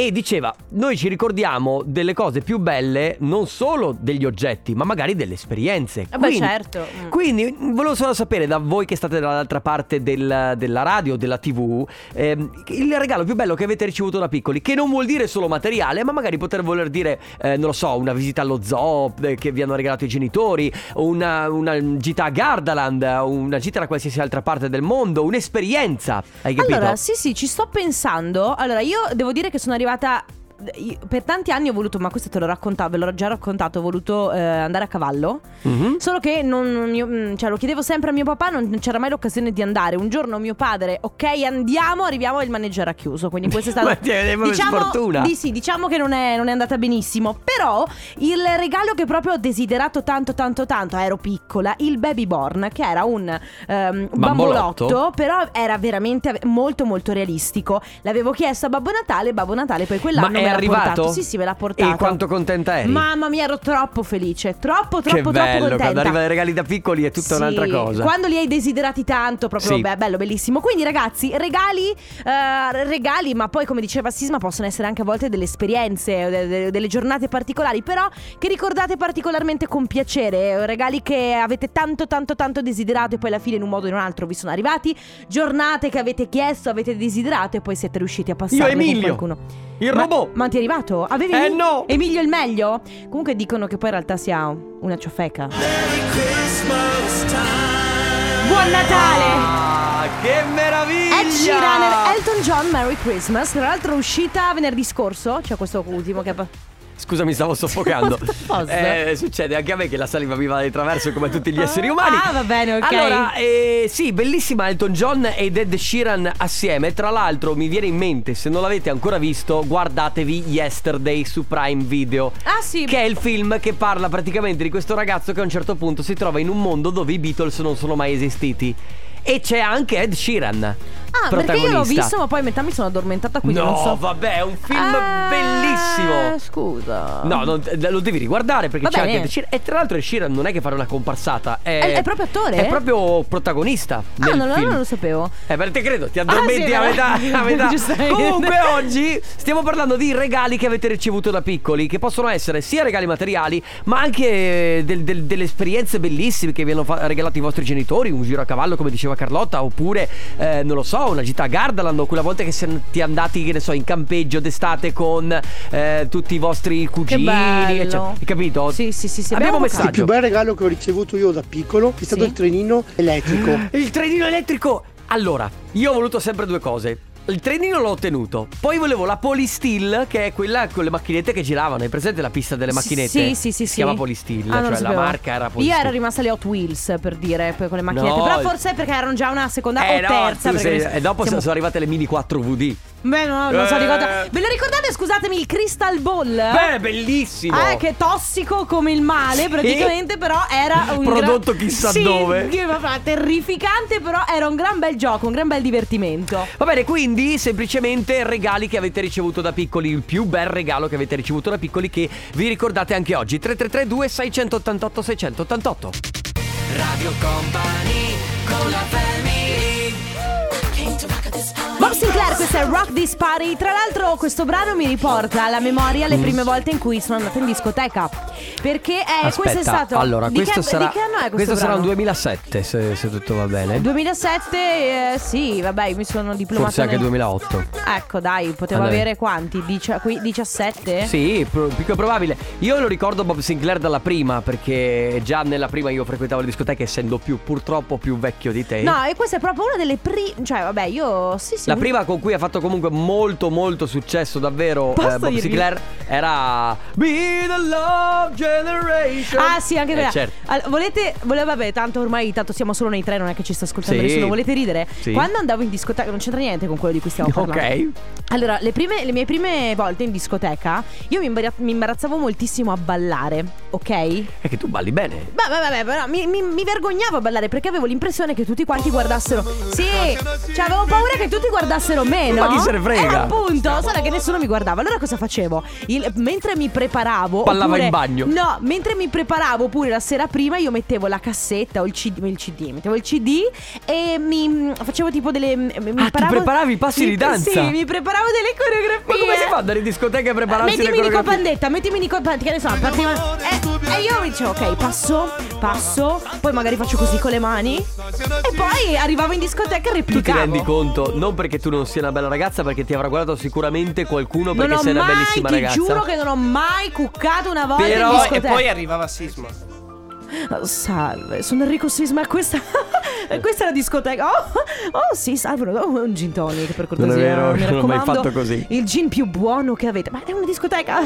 [SPEAKER 1] E diceva, noi ci ricordiamo delle cose più belle non solo degli oggetti, ma magari delle esperienze.
[SPEAKER 2] Eh Beh,
[SPEAKER 1] Quindi-
[SPEAKER 2] certo. Mm.
[SPEAKER 1] quindi volevo solo sapere da voi che state dall'altra parte del- della radio, della tv, ehm, il regalo più bello che avete ricevuto da piccoli, che non vuol dire solo materiale, ma magari poter voler dire, eh, non lo so, una visita allo zoo eh, che vi hanno regalato i genitori, una, una gita a Gardaland, una gita da qualsiasi altra parte del mondo, un'esperienza, hai capito?
[SPEAKER 2] Allora, sì, sì, ci sto pensando. Allora, io devo dire che sono arrivata. io- Per tanti anni ho voluto, ma questo te l'ho raccontato, ve l'ho già raccontato, ho voluto eh, andare a cavallo.
[SPEAKER 1] Mhm.
[SPEAKER 2] Solo che non, non- io- mm, cioè, lo chiedevo sempre a mio papà, non non c'era mai l'occasione di andare. Un giorno mio padre, ok, andiamo, arriviamo e il manager era chiuso. Quindi questa è stata.
[SPEAKER 1] Ma ti è proprio sfortuna.
[SPEAKER 2] di sì, diciamo che non è, non è andata benissimo. Però il regalo che proprio ho desiderato tanto, tanto, tanto, ero piccola, il baby born, che era un ehm,
[SPEAKER 1] Bambolotto.
[SPEAKER 2] bambolotto, però era veramente ave- molto, molto realistico. L'avevo chiesto a Babbo Natale, Babbo Natale poi quell'anno
[SPEAKER 1] Ma
[SPEAKER 2] me
[SPEAKER 1] è
[SPEAKER 2] l'ha
[SPEAKER 1] arrivato?
[SPEAKER 2] portato. Sì, sì, me l'ha portato.
[SPEAKER 1] E quanto contenta eri?
[SPEAKER 2] Mamma mia, ero troppo felice, troppo, troppo,
[SPEAKER 1] che
[SPEAKER 2] troppo
[SPEAKER 1] bello,
[SPEAKER 2] contenta.
[SPEAKER 1] quando arrivano i regali da piccoli è tutta
[SPEAKER 2] Sì,
[SPEAKER 1] un'altra cosa.
[SPEAKER 2] Quando li hai desiderati tanto, proprio
[SPEAKER 1] Sì.
[SPEAKER 2] beh, bello, bellissimo. Quindi, ragazzi, regali, eh, regali, ma poi, come diceva Sisma, possono essere anche a volte delle esperienze, de- de- delle giornate particolari, però che ricordate particolarmente con piacere. eh, Regali che avete tanto, tanto, tanto desiderato e poi alla fine, in un modo o in un altro, vi sono arrivati. Giornate che avete chiesto, avete desiderato e poi siete riusciti a passare con
[SPEAKER 1] Emilio.
[SPEAKER 2] qualcuno.
[SPEAKER 1] Il
[SPEAKER 2] Ma-
[SPEAKER 1] robot!
[SPEAKER 2] Ma, ti è arrivato? Avevi
[SPEAKER 1] Eh,
[SPEAKER 2] Emil-
[SPEAKER 1] no!
[SPEAKER 2] Emilio il meglio? Comunque dicono che poi in realtà sia una ciofeca. Buon Natale!
[SPEAKER 1] Ah, che meraviglia!
[SPEAKER 2] Ed Sheeran e Elton John Merry Christmas Tra l'altro è uscita venerdì scorso Cioè questo ultimo che
[SPEAKER 1] Scusa, mi stavo soffocando.
[SPEAKER 2] Posso?
[SPEAKER 1] Eh, succede anche a me che la saliva mi va di traverso come a tutti gli esseri umani.
[SPEAKER 2] Ah, va bene, ok.
[SPEAKER 1] Allora, eh, sì, bellissima Elton John ed Ed Sheeran assieme. Tra l'altro, mi viene in mente, se non l'avete ancora visto, guardatevi Yesterday su Prime Video.
[SPEAKER 2] Ah, sì.
[SPEAKER 1] Che è il film che parla praticamente di questo ragazzo che a un certo punto si trova in un mondo dove i Beatles non sono mai esistiti. E c'è anche Ed Sheeran.
[SPEAKER 2] Ah, perché io l'ho visto, ma poi a metà mi sono addormentata, quindi
[SPEAKER 1] no,
[SPEAKER 2] non so.
[SPEAKER 1] vabbè, è un film
[SPEAKER 2] Ah,
[SPEAKER 1] bellissimo.
[SPEAKER 2] Scusa.
[SPEAKER 1] No, non- eh, lo devi riguardare perché
[SPEAKER 2] Va
[SPEAKER 1] c'è
[SPEAKER 2] bene.
[SPEAKER 1] anche Ed Sheeran. E tra l'altro Ed Sheeran non è che fare una comparsata. È,
[SPEAKER 2] È- è proprio attore?
[SPEAKER 1] È proprio protagonista.
[SPEAKER 2] Ah,
[SPEAKER 1] nel
[SPEAKER 2] non,
[SPEAKER 1] film.
[SPEAKER 2] non lo sapevo.
[SPEAKER 1] Eh, beh, te credo, ti addormenti
[SPEAKER 2] Ah, sì,
[SPEAKER 1] a
[SPEAKER 2] beh.
[SPEAKER 1] metà. A metà.
[SPEAKER 2] Giustamente.
[SPEAKER 1] Comunque, oggi stiamo parlando di regali che avete ricevuto da piccoli, che possono essere sia regali materiali, ma anche eh, del- del- delle esperienze bellissime che vi hanno fa- regalato i vostri genitori, un giro a cavallo, come diceva Carlotta, oppure, eh, non lo so, una gita a Gardaland, o quella volta che siete andati, che ne so, in campeggio d'estate con eh, tutti i vostri cugini.
[SPEAKER 2] bello.
[SPEAKER 1] eccetera. eh, cioè, Hai capito?
[SPEAKER 2] Sì, sì, sì, sì,
[SPEAKER 1] Abbiamo un
[SPEAKER 2] abbiamo
[SPEAKER 1] messaggio.
[SPEAKER 2] capito.
[SPEAKER 11] Il più bel regalo che ho ricevuto io da piccolo è stato
[SPEAKER 2] Sì?
[SPEAKER 11] il trenino elettrico.
[SPEAKER 1] Il trenino elettrico. Allora, io ho voluto sempre due cose. Il trenino l'ho ottenuto. Poi volevo la Polysteel, che è quella con le macchinette che giravano. Hai presente la pista delle macchinette?
[SPEAKER 2] Sì, sì, sì. sì.
[SPEAKER 1] Si chiama Polysteel,
[SPEAKER 2] Ah, non lo
[SPEAKER 1] cioè la
[SPEAKER 2] sapevo.
[SPEAKER 1] marca era
[SPEAKER 2] Io
[SPEAKER 1] Polysteel.
[SPEAKER 2] ero rimasta le Hot Wheels per dire poi con le macchinette.
[SPEAKER 1] No.
[SPEAKER 2] Però forse è perché erano già una seconda
[SPEAKER 1] eh,
[SPEAKER 2] o
[SPEAKER 1] no,
[SPEAKER 2] terza.
[SPEAKER 1] tu
[SPEAKER 2] perché
[SPEAKER 1] sei- E dopo
[SPEAKER 2] siamo- Eh?
[SPEAKER 1] sono arrivate le mini 4VD.
[SPEAKER 2] Beh, no, non so
[SPEAKER 1] Eh.
[SPEAKER 2] ricorda- Ve lo ricordate, scusatemi, il Crystal Ball?
[SPEAKER 1] Beh, bellissimo!
[SPEAKER 2] Eh, che è tossico come il male,
[SPEAKER 1] Sì.
[SPEAKER 2] praticamente, però era un
[SPEAKER 1] Prodotto
[SPEAKER 2] gran-
[SPEAKER 1] chissà
[SPEAKER 2] Sì,
[SPEAKER 1] dove.
[SPEAKER 2] che- vabbè, terrificante, però era un gran bel gioco, un gran bel divertimento.
[SPEAKER 1] Va bene, quindi semplicemente regali che avete ricevuto da piccoli, il più bel regalo che avete ricevuto da piccoli che vi ricordate anche oggi. 3332 688 688. Radio Company con la
[SPEAKER 2] Bob Sinclair, questo è Rock This Party. Tra l'altro, questo brano mi riporta alla memoria le prime volte in cui sono andata in discoteca. Perché è, Eh, questo è stato.
[SPEAKER 1] Allora,
[SPEAKER 2] di
[SPEAKER 1] questo
[SPEAKER 2] che,
[SPEAKER 1] sarà
[SPEAKER 2] di che anno è questo?
[SPEAKER 1] sarà un
[SPEAKER 2] brano?
[SPEAKER 1] 2007 se, se tutto va bene.
[SPEAKER 2] 2007, eh, sì, vabbè, mi sono diplomata.
[SPEAKER 1] Forse anche
[SPEAKER 2] nel-
[SPEAKER 1] 2008.
[SPEAKER 2] Ecco, dai, potevo
[SPEAKER 1] Vabbè.
[SPEAKER 2] avere quanti? Dici- qui- 17?
[SPEAKER 1] Sì, pro- più che probabile. Io lo ricordo Bob Sinclair dalla prima, perché già nella prima io frequentavo le discoteche, essendo più purtroppo più vecchio di te.
[SPEAKER 2] No, e questa è proprio una delle prime. Cioè, vabbè, io. Sì, sì.
[SPEAKER 1] La prima con cui ha fatto comunque molto molto successo davvero
[SPEAKER 2] Posso
[SPEAKER 1] eh, Bob
[SPEAKER 2] dirvi?
[SPEAKER 1] Sinclair era Be the Love Generation.
[SPEAKER 2] Ah sì, anche quella.
[SPEAKER 1] Eh, certo.
[SPEAKER 2] Allora, volete, vole- vabbè, tanto ormai tanto siamo solo nei tre, non è che ci sta ascoltando
[SPEAKER 1] Sì.
[SPEAKER 2] nessuno. Volete ridere?
[SPEAKER 1] Sì.
[SPEAKER 2] Quando andavo in discoteca, non c'entra niente con quello di cui stiamo parlando.
[SPEAKER 1] Ok.
[SPEAKER 2] Allora, le, prime- le mie prime volte in discoteca, io mi, imbara- mi imbarazzavo moltissimo a ballare, ok?
[SPEAKER 1] È che tu balli bene.
[SPEAKER 2] Ma vabbè, vabbè, però mi, mi- mi vergognavo a ballare perché avevo l'impressione che tutti quanti guardassero. Sì, cioè avevo paura che tutti guardassero me, no?
[SPEAKER 1] Ma chi se ne frega?
[SPEAKER 2] Eh, appunto, solo che nessuno mi guardava. Allora cosa facevo? Il- mentre mi preparavo.
[SPEAKER 1] Ballava
[SPEAKER 2] oppure-
[SPEAKER 1] in bagno.
[SPEAKER 2] No, mentre mi preparavo pure la sera prima, io mettevo la cassetta o il CD. Il CD mettevo il CD e mi mm, facevo tipo delle. Mi
[SPEAKER 1] Ah, ti
[SPEAKER 2] imparavo-
[SPEAKER 1] preparavi i passi
[SPEAKER 2] mi-
[SPEAKER 1] di danza?
[SPEAKER 2] Sì, mi preparavo delle
[SPEAKER 1] Ma
[SPEAKER 2] coreografie.
[SPEAKER 1] come si fa ad andare in discoteca e prepararsi Eh, le
[SPEAKER 2] eh. Mettimi Nico
[SPEAKER 1] coreografie?
[SPEAKER 2] Pandetta, mettimi Nico Pandetta, che ne so, partiva... eh, E io mi dicevo, ok, passo, passo, poi magari faccio così con le mani E poi arrivavo in discoteca e
[SPEAKER 1] Tu ti
[SPEAKER 2] replicavo
[SPEAKER 1] rendi conto, non perché tu non sia una bella ragazza, perché ti avrà guardato sicuramente qualcuno
[SPEAKER 2] Non
[SPEAKER 1] perché
[SPEAKER 2] ho
[SPEAKER 1] sei una
[SPEAKER 2] mai,
[SPEAKER 1] bellissima
[SPEAKER 2] ti
[SPEAKER 1] ragazza.
[SPEAKER 2] giuro che non ho mai cuccato una volta
[SPEAKER 1] Però-
[SPEAKER 2] in discoteca
[SPEAKER 1] e poi
[SPEAKER 11] arrivava Sisma.
[SPEAKER 2] Oh, Salve, sono Enrico Sisma, questa, questa è la discoteca Oh, oh sì, salve, oh, un gin tonic per cortesia
[SPEAKER 1] vero,
[SPEAKER 2] mi
[SPEAKER 1] non l'ho mai
[SPEAKER 2] raccomando.
[SPEAKER 1] fatto così.
[SPEAKER 2] Il gin più buono che avete, ma è una discoteca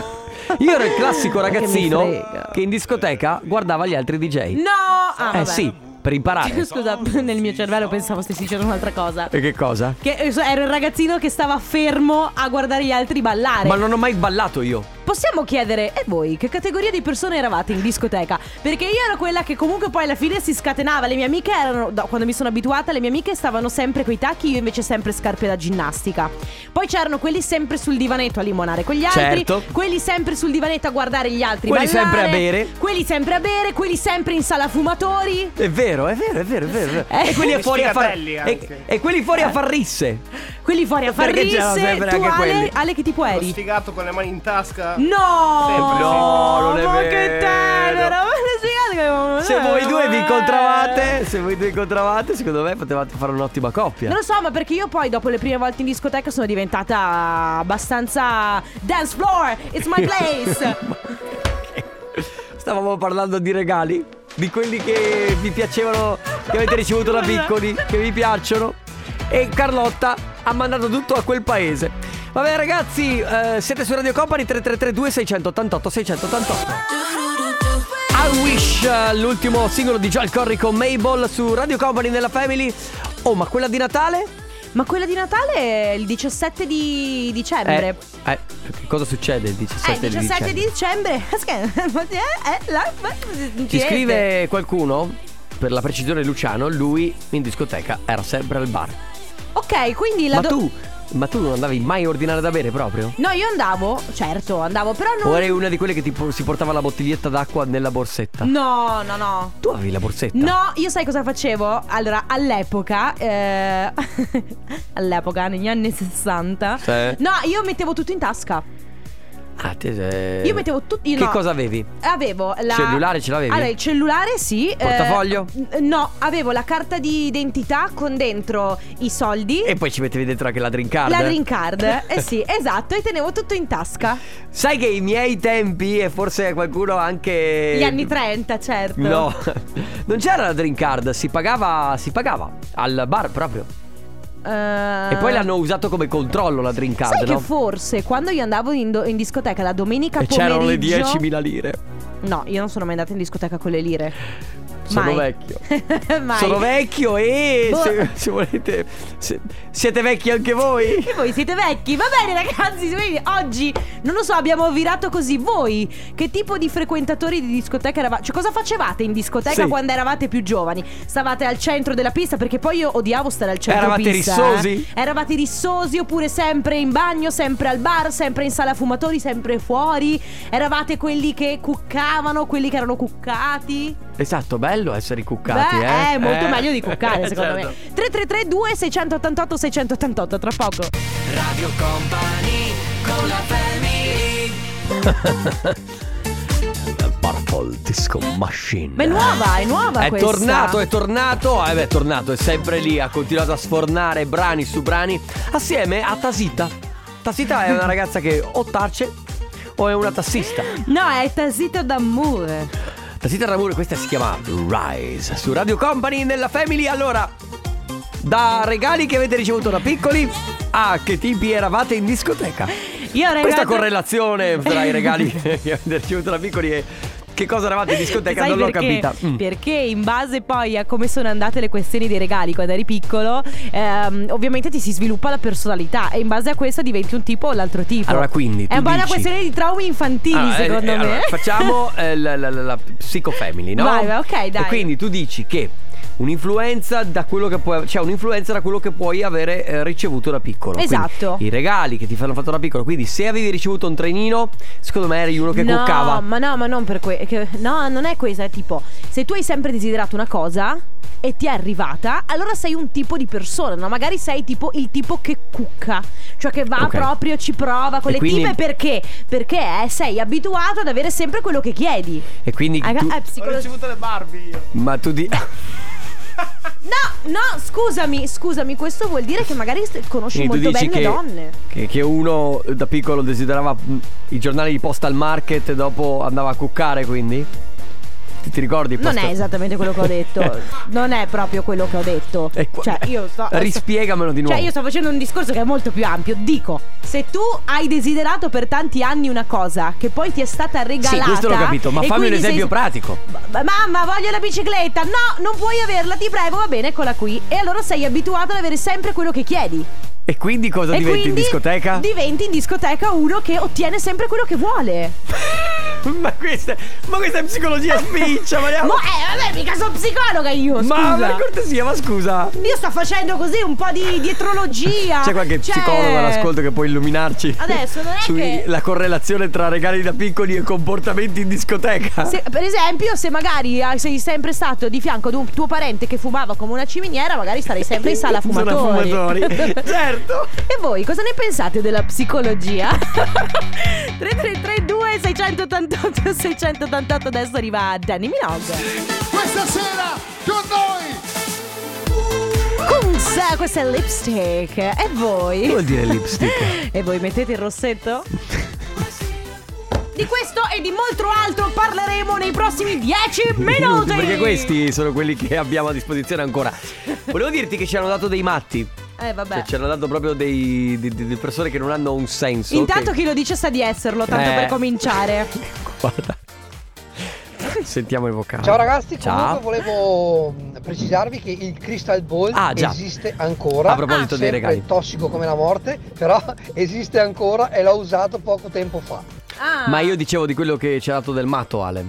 [SPEAKER 1] Io ero il classico
[SPEAKER 2] Ma che mi
[SPEAKER 1] ragazzino
[SPEAKER 2] frega.
[SPEAKER 1] che in discoteca guardava gli altri DJ.
[SPEAKER 2] No, ah,
[SPEAKER 1] eh
[SPEAKER 2] vabbè.
[SPEAKER 1] sì, per imparare.
[SPEAKER 2] Cioè, Scusa, nel mio cervello pensavo stessi dicendo un'altra cosa.
[SPEAKER 1] e che cosa?
[SPEAKER 2] Che eh, so- ero il ragazzino che stava fermo a guardare gli altri ballare.
[SPEAKER 1] Ma non ho mai ballato io.
[SPEAKER 2] Possiamo chiedere, e voi, che categoria di persone eravate in discoteca? Perché io ero quella che comunque poi alla fine si scatenava. Le mie amiche erano, da- quando mi sono abituata, le mie amiche stavano sempre coi tacchi, io invece sempre scarpe da ginnastica. Poi c'erano quelli sempre sul divanetto a limonare con gli altri.
[SPEAKER 1] Certo.
[SPEAKER 2] Quelli sempre sul divanetto a guardare gli altri.
[SPEAKER 1] Quelli
[SPEAKER 2] ballare,
[SPEAKER 1] sempre a bere.
[SPEAKER 2] Quelli sempre a bere, quelli sempre in sala fumatori.
[SPEAKER 1] È vero, è vero, è vero, è vero. è vero.
[SPEAKER 2] Eh.
[SPEAKER 1] E quelli fuori a far
[SPEAKER 11] Sfigatelli
[SPEAKER 1] e,
[SPEAKER 11] anche.
[SPEAKER 1] e quelli fuori a far risse.
[SPEAKER 2] Quelli fuori a far
[SPEAKER 1] Perché c'erano
[SPEAKER 2] risse.
[SPEAKER 1] sempre
[SPEAKER 2] Tu
[SPEAKER 1] anche quelli.
[SPEAKER 2] Ale, Ale che tipo eri?
[SPEAKER 11] sfigato con le mani in tasca.
[SPEAKER 2] No,
[SPEAKER 11] Sempre sì.
[SPEAKER 1] No, non è
[SPEAKER 2] ma che
[SPEAKER 1] vero.
[SPEAKER 2] tenero, ma le segate che-
[SPEAKER 1] Se voi due
[SPEAKER 2] eh.
[SPEAKER 1] vi incontravate, se voi due incontravate, secondo me potevate fare un'ottima
[SPEAKER 2] Non
[SPEAKER 1] coppia.
[SPEAKER 2] lo so, ma perché io poi dopo le prime volte in discoteca sono diventata abbastanza dance floor, it's my place.
[SPEAKER 1] Stavamo parlando di regali, di quelli che vi piacevano, che avete ricevuto da piccoli, che vi piacciono. E Carlotta ha mandato tutto a quel paese. Vabbè ragazzi, eh, siete su Radio Company 3332 688 688. I Wish, eh, l'ultimo singolo di Joel Corry con Mabel su Radio Company nella Family. Oh, ma quella di Natale?
[SPEAKER 2] Ma quella di Natale è il 17 di dicembre.
[SPEAKER 1] Eh, eh, che cosa succede il 17,
[SPEAKER 2] Eh, il 17 di dicembre. eh,
[SPEAKER 1] Ci scrive qualcuno, per la precisione Luciano, lui in discoteca era sempre al bar.
[SPEAKER 2] Ok, quindi la
[SPEAKER 1] Ma
[SPEAKER 2] do-
[SPEAKER 1] tu, ma tu non andavi mai a ordinare da bere proprio?
[SPEAKER 2] No, io andavo, certo, andavo, però non
[SPEAKER 1] O eri una di quelle che ti po- si portava la bottiglietta d'acqua nella borsetta?
[SPEAKER 2] No, no, no.
[SPEAKER 1] Tu avevi la borsetta?
[SPEAKER 2] No, io sai cosa facevo? Allora, all'epoca, eh, all'epoca, negli anni 60,
[SPEAKER 1] Sì.
[SPEAKER 2] no, io mettevo tutto in tasca.
[SPEAKER 1] Ah, te-
[SPEAKER 2] Io mettevo tutto in
[SPEAKER 1] Che cosa avevi?
[SPEAKER 2] Avevo la...
[SPEAKER 1] Cellulare ce l'avevi?
[SPEAKER 2] Allora, il cellulare sì. eh,
[SPEAKER 1] Portafoglio?
[SPEAKER 2] n- no, avevo la carta di identità con dentro i soldi.
[SPEAKER 1] E poi ci mettevi dentro anche la drink card?
[SPEAKER 2] La green card, eh sì, esatto, e tenevo tutto in tasca.
[SPEAKER 1] Sai che i miei tempi e forse qualcuno anche...
[SPEAKER 2] Gli anni 30, certo.
[SPEAKER 1] No, non c'era la drink card, si pagava, si pagava al bar proprio.
[SPEAKER 2] Eh,
[SPEAKER 1] E poi l'hanno usato come controllo la drink card,
[SPEAKER 2] Sai
[SPEAKER 1] no?
[SPEAKER 2] che forse quando io andavo in, do- in discoteca la domenica
[SPEAKER 1] e
[SPEAKER 2] pomeriggio
[SPEAKER 1] c'erano le 10.000 lire.
[SPEAKER 2] No, io non sono mai andata in discoteca con le lire.
[SPEAKER 1] Sono
[SPEAKER 2] Mai.
[SPEAKER 1] vecchio.
[SPEAKER 2] Mai.
[SPEAKER 1] Sono vecchio e
[SPEAKER 2] Boh.
[SPEAKER 1] se, se volete... se- siete vecchi anche voi?
[SPEAKER 2] E voi siete vecchi, va bene ragazzi, quindi oggi non lo so, abbiamo virato così voi. Che tipo di frequentatori di discoteca eravate? Cioè cosa facevate in discoteca
[SPEAKER 1] Sì.
[SPEAKER 2] quando eravate più giovani? Stavate al centro della pista perché poi io odiavo stare al centro
[SPEAKER 1] Eravate
[SPEAKER 2] pista.
[SPEAKER 1] rissosi?
[SPEAKER 2] eh. Eravate rissosi oppure sempre in bagno, sempre al bar, sempre in sala fumatori, sempre fuori. Eravate quelli che cuccavano, quelli che erano cuccati.
[SPEAKER 1] Esatto, bello essere cuccati,
[SPEAKER 2] Beh,
[SPEAKER 1] eh.
[SPEAKER 2] è molto
[SPEAKER 1] Eh.
[SPEAKER 2] meglio di cuccare,
[SPEAKER 1] Eh,
[SPEAKER 2] secondo
[SPEAKER 1] certo.
[SPEAKER 2] me. 3332 688 688 tra poco.
[SPEAKER 1] Purple Disco Machine.
[SPEAKER 2] Ma è nuova, è nuova
[SPEAKER 1] È
[SPEAKER 2] questa.
[SPEAKER 1] tornato, è tornato, eh beh, è tornato, è sempre lì, ha continuato a sfornare brani su brani assieme a Tasita. Tasita è una ragazza che o tace o è una tassista.
[SPEAKER 2] No, è Tasito d'amore.
[SPEAKER 1] Tasita Ramure, questa si chiama Rise su Radio Company nella Family. Allora, da regali che avete ricevuto da piccoli a che tipi eravate in discoteca.
[SPEAKER 2] Io ragazzi,
[SPEAKER 1] Questa correlazione tra i regali che avete ricevuto da piccoli e che cosa eravate in discoteca
[SPEAKER 2] Sai
[SPEAKER 1] non l'ho
[SPEAKER 2] perché?
[SPEAKER 1] capita. Mm.
[SPEAKER 2] Perché in base poi a come sono andate le questioni dei regali quando eri piccolo, ehm, ovviamente ti si sviluppa la personalità e in base a questo diventi un tipo o l'altro tipo.
[SPEAKER 1] Allora, quindi,
[SPEAKER 2] è
[SPEAKER 1] tu
[SPEAKER 2] un po' una
[SPEAKER 1] dici-
[SPEAKER 2] questione di traumi infantili,
[SPEAKER 1] Allora, eh,
[SPEAKER 2] secondo
[SPEAKER 1] eh,
[SPEAKER 2] me.
[SPEAKER 1] allora, facciamo eh, la, la, la, la psicofamily, no?
[SPEAKER 2] Vai, vai, ok, dai.
[SPEAKER 1] E quindi tu dici che un'influenza da quello che puoi cioè un'influenza da quello che puoi avere eh, ricevuto da piccolo. Quindi
[SPEAKER 2] Esatto.
[SPEAKER 1] I regali che ti fanno fatto da piccolo, quindi se avevi ricevuto un trenino, secondo me eri uno che
[SPEAKER 2] no,
[SPEAKER 1] cuccava.
[SPEAKER 2] ma no, ma non per questo. No, non è questa. È tipo, se tu hai sempre desiderato una cosa e ti è arrivata, allora sei un tipo di persona, no? Magari sei tipo il tipo che cucca, cioè che va
[SPEAKER 1] Ok.
[SPEAKER 2] proprio, ci prova con
[SPEAKER 1] E
[SPEAKER 2] le
[SPEAKER 1] quindi-
[SPEAKER 2] tipe perché? Perché eh, sei abituato ad avere sempre quello che chiedi.
[SPEAKER 1] E quindi
[SPEAKER 2] Raga-
[SPEAKER 1] tu-
[SPEAKER 2] eh, psicolo-
[SPEAKER 11] le Barbie io.
[SPEAKER 1] ma tu di
[SPEAKER 2] No, no, scusami, scusami, questo vuol dire che magari st- conosci
[SPEAKER 1] quindi tu
[SPEAKER 2] molto
[SPEAKER 1] dici
[SPEAKER 2] bene
[SPEAKER 1] che,
[SPEAKER 2] le donne.
[SPEAKER 1] che che uno eh, da piccolo desiderava mm, i giornali di posta al market e dopo andava a cuccare, quindi ti, ti ricordi?
[SPEAKER 2] Non
[SPEAKER 1] Posta-
[SPEAKER 2] è esattamente quello che ho detto. non è proprio quello che ho detto.
[SPEAKER 1] Eh. E qua-
[SPEAKER 2] Cioè, io sto.
[SPEAKER 1] Rispiegamelo di nuovo.
[SPEAKER 2] Cioè, io sto facendo un discorso che è molto più ampio. Dico, se tu hai desiderato per tanti anni una cosa che poi ti è stata regalata.
[SPEAKER 1] Sì, questo l'ho capito, ma
[SPEAKER 2] e
[SPEAKER 1] fammi un
[SPEAKER 2] quindi
[SPEAKER 1] esempio
[SPEAKER 2] sei-
[SPEAKER 1] pratico.
[SPEAKER 2] Ma- Mamma, voglio la bicicletta. No, non puoi averla, ti prego, va bene, eccola qui. E allora sei abituato ad avere sempre quello che chiedi.
[SPEAKER 1] E quindi cosa
[SPEAKER 2] e
[SPEAKER 1] diventi
[SPEAKER 2] quindi
[SPEAKER 1] in discoteca?
[SPEAKER 2] Diventi in discoteca uno che ottiene sempre quello che vuole.
[SPEAKER 1] ma, questa, ma questa è psicologia spiccia, ma
[SPEAKER 2] Ma eh, vabbè, mica sono psicologa io, scusa.
[SPEAKER 1] Ma per cortesia, ma scusa.
[SPEAKER 2] Io sto facendo così un po' di dietrologia.
[SPEAKER 1] C'è qualche
[SPEAKER 2] Cioè-
[SPEAKER 1] psicologo all'ascolto che può illuminarci?
[SPEAKER 2] Adesso non è
[SPEAKER 1] Sui-
[SPEAKER 2] che-
[SPEAKER 1] La correlazione tra regali da piccoli e comportamenti in discoteca.
[SPEAKER 2] Se- per esempio, se magari eh, sei sempre stato di fianco ad un tuo parente che fumava come una ciminiera, magari starei sempre in sala
[SPEAKER 1] Sono
[SPEAKER 2] fumatori.
[SPEAKER 1] fumatori. Certo.
[SPEAKER 2] E voi cosa ne pensate della psicologia? 3332 688 688 adesso arriva Danny Minogue.
[SPEAKER 3] Questa sera con noi
[SPEAKER 2] Kungs, questo è lipstick. E
[SPEAKER 1] Che vuol
[SPEAKER 2] voi?
[SPEAKER 1] dire lipstick?
[SPEAKER 2] E voi mettete il rossetto? Di questo e di molto altro parleremo nei prossimi 10 minuti.
[SPEAKER 1] Perché questi sono quelli che abbiamo a disposizione ancora. Volevo dirti che ci hanno dato dei matti.
[SPEAKER 2] Eh, vabbè.
[SPEAKER 1] Cioè, c'erano dato proprio dei, di- di- di persone che non hanno un senso.
[SPEAKER 2] Intanto
[SPEAKER 1] che-
[SPEAKER 2] chi lo dice sa di esserlo, tanto
[SPEAKER 1] Eh.
[SPEAKER 2] per cominciare.
[SPEAKER 1] Guarda. Sentiamo il vocale.
[SPEAKER 12] Ciao ragazzi,
[SPEAKER 1] Ciao.
[SPEAKER 12] comunque volevo mh, precisarvi che il Crystal Ball
[SPEAKER 1] Ah, già.
[SPEAKER 12] esiste ancora.
[SPEAKER 1] A
[SPEAKER 13] Ah,
[SPEAKER 1] proposito
[SPEAKER 12] sempre
[SPEAKER 1] dei regali.
[SPEAKER 12] tossico come la morte, però esiste ancora e l'ho usato poco tempo fa.
[SPEAKER 2] Ah.
[SPEAKER 1] Ma io dicevo di quello che ci ha dato del matto, Ale.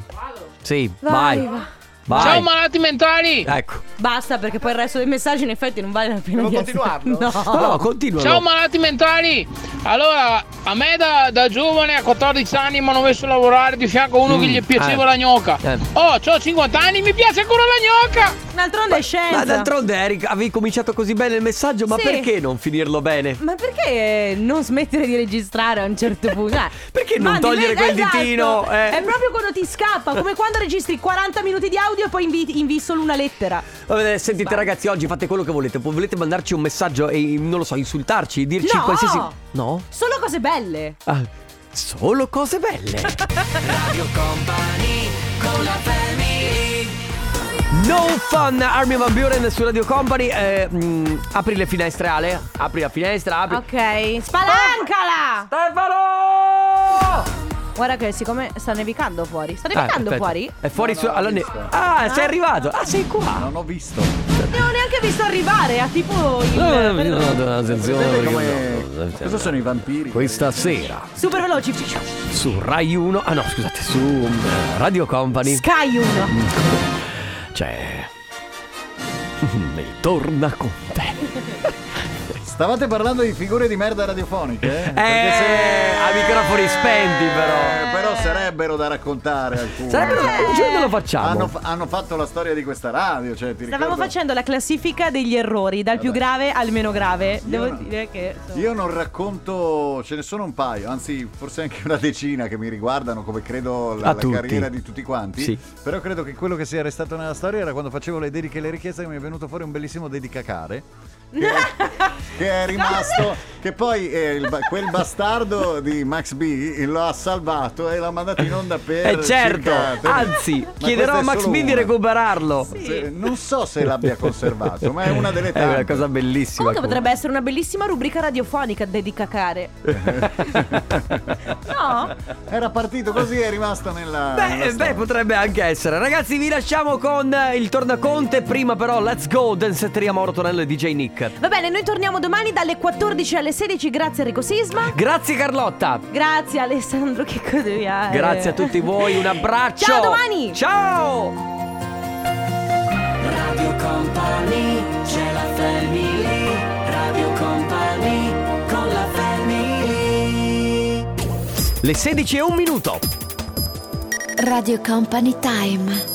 [SPEAKER 1] Sì, vai.
[SPEAKER 2] Vai,
[SPEAKER 1] Vai.
[SPEAKER 2] va.
[SPEAKER 13] malati mentali!
[SPEAKER 1] Ecco.
[SPEAKER 2] Basta, perché poi il resto dei messaggi in effetti non vale la pena.
[SPEAKER 13] Devo
[SPEAKER 2] di essere-
[SPEAKER 13] continuarlo?
[SPEAKER 1] No,
[SPEAKER 2] No.
[SPEAKER 1] no, continua.
[SPEAKER 13] Ciao malati mentali! Allora, a me da, da giovane a 14 anni mi hanno messo a lavorare di fianco a uno
[SPEAKER 1] Mm,
[SPEAKER 13] che gli piaceva
[SPEAKER 1] eh.
[SPEAKER 13] la gnocca.
[SPEAKER 1] Eh.
[SPEAKER 13] Oh, ho 50 anni, mi piace ancora la gnocca!
[SPEAKER 2] D'altronde è
[SPEAKER 1] Ma
[SPEAKER 2] scienza.
[SPEAKER 1] d'altronde Eric avevi cominciato così bene il messaggio, ma
[SPEAKER 2] Sì.
[SPEAKER 1] perché non finirlo bene?
[SPEAKER 2] Ma perché non smettere di registrare a un certo punto? Eh,
[SPEAKER 1] Perché non
[SPEAKER 2] mandi-
[SPEAKER 1] togliere
[SPEAKER 2] eh,
[SPEAKER 1] quel
[SPEAKER 2] esatto.
[SPEAKER 1] ditino, eh?
[SPEAKER 2] È proprio quando ti scappa, come quando registri 40 minuti di audio e poi invi, invi solo una lettera.
[SPEAKER 1] Vabbè, sentite ragazzi, oggi fate quello che volete. Po- Volete mandarci un messaggio e non lo so, insultarci, dirci
[SPEAKER 2] No!
[SPEAKER 1] qualsiasi No?
[SPEAKER 2] Solo cose belle.
[SPEAKER 1] Ah, solo cose belle. No fun, Armin Van Buren su Radio Company. Eh, mm, apri le finestre, Ale. Apri la finestra, apri.
[SPEAKER 2] Ok, spalancala!
[SPEAKER 1] Stefano!
[SPEAKER 2] Guarda che siccome sta nevicando fuori. Sta
[SPEAKER 1] Ah,
[SPEAKER 2] nevicando
[SPEAKER 1] aspetta.
[SPEAKER 2] fuori?
[SPEAKER 1] È fuori su- alla ne- Ah, sei arrivato. Ah, sei qua. Non ho visto.
[SPEAKER 2] Non ho neanche visto arrivare, ha tipo il...
[SPEAKER 1] Ah, Cosa sono i vampiri? Questa sera
[SPEAKER 2] Super veloci.
[SPEAKER 1] su Rai 1. Ah, no, scusate, su eh, Radio Company.
[SPEAKER 2] Sky 1.
[SPEAKER 1] C'è. Mi mm, torna con te.
[SPEAKER 10] Stavate parlando di figure di merda radiofoniche? Eh, Perché se-
[SPEAKER 1] a microfoni spenti, però.
[SPEAKER 10] Eh, Però sarebbero da raccontare alcune.
[SPEAKER 1] Sarebbero- un giorno lo facciamo.
[SPEAKER 10] Eh, Hanno, fa- hanno fatto la storia di questa radio, cioè ti
[SPEAKER 2] Stavamo
[SPEAKER 10] ricordo-
[SPEAKER 2] facendo la classifica degli errori, dal più grave al meno grave. Devo dire che.
[SPEAKER 1] Certo.
[SPEAKER 10] Io non racconto, ce ne sono un paio, anzi forse anche una decina che mi riguardano come credo
[SPEAKER 1] A
[SPEAKER 10] la, la
[SPEAKER 1] tutti.
[SPEAKER 10] carriera di tutti quanti.
[SPEAKER 1] Sì.
[SPEAKER 10] Però credo che quello che sia restato nella storia era quando facevo le dediche e le richieste che mi è venuto fuori un bellissimo dedicacare. Che, che è rimasto, che poi eh, il ba- quel bastardo di Max B lo ha salvato e l'ha mandato in onda per...
[SPEAKER 1] Eh certo,
[SPEAKER 10] circa-
[SPEAKER 1] anzi,
[SPEAKER 10] Ma
[SPEAKER 1] chiederò
[SPEAKER 10] questa
[SPEAKER 1] a
[SPEAKER 10] è
[SPEAKER 1] Max
[SPEAKER 10] solo
[SPEAKER 1] B di
[SPEAKER 10] una.
[SPEAKER 1] recuperarlo.
[SPEAKER 10] Se- non so se l'abbia conservato, ma è una delle
[SPEAKER 1] È una
[SPEAKER 10] tante.
[SPEAKER 1] cosa bellissima.
[SPEAKER 2] Comunque potrebbe essere una bellissima rubrica radiofonica dedicacare. no?
[SPEAKER 10] Era partito così e è rimasto nella... nella
[SPEAKER 1] Beh,
[SPEAKER 10] storia.
[SPEAKER 1] beh, potrebbe anche essere. Ragazzi, vi lasciamo con eh, il tornaconte. Prima, però, let's go. Danzetteria Mauro Tonello e DJ Nick.
[SPEAKER 2] Va bene, noi torniamo domani dalle 14 alle 16. Grazie Enrico Sisma.
[SPEAKER 1] Grazie, Carlotta.
[SPEAKER 2] Grazie Alessandro che Checodoviare.
[SPEAKER 1] Grazie a tutti voi. Un abbraccio.
[SPEAKER 2] Eh. Ciao, a domani.
[SPEAKER 1] Ciao.
[SPEAKER 3] Radio Company, c'è la family, Radio Company, con la family.
[SPEAKER 1] Le 16 e un minuto.
[SPEAKER 8] Radio Company Time.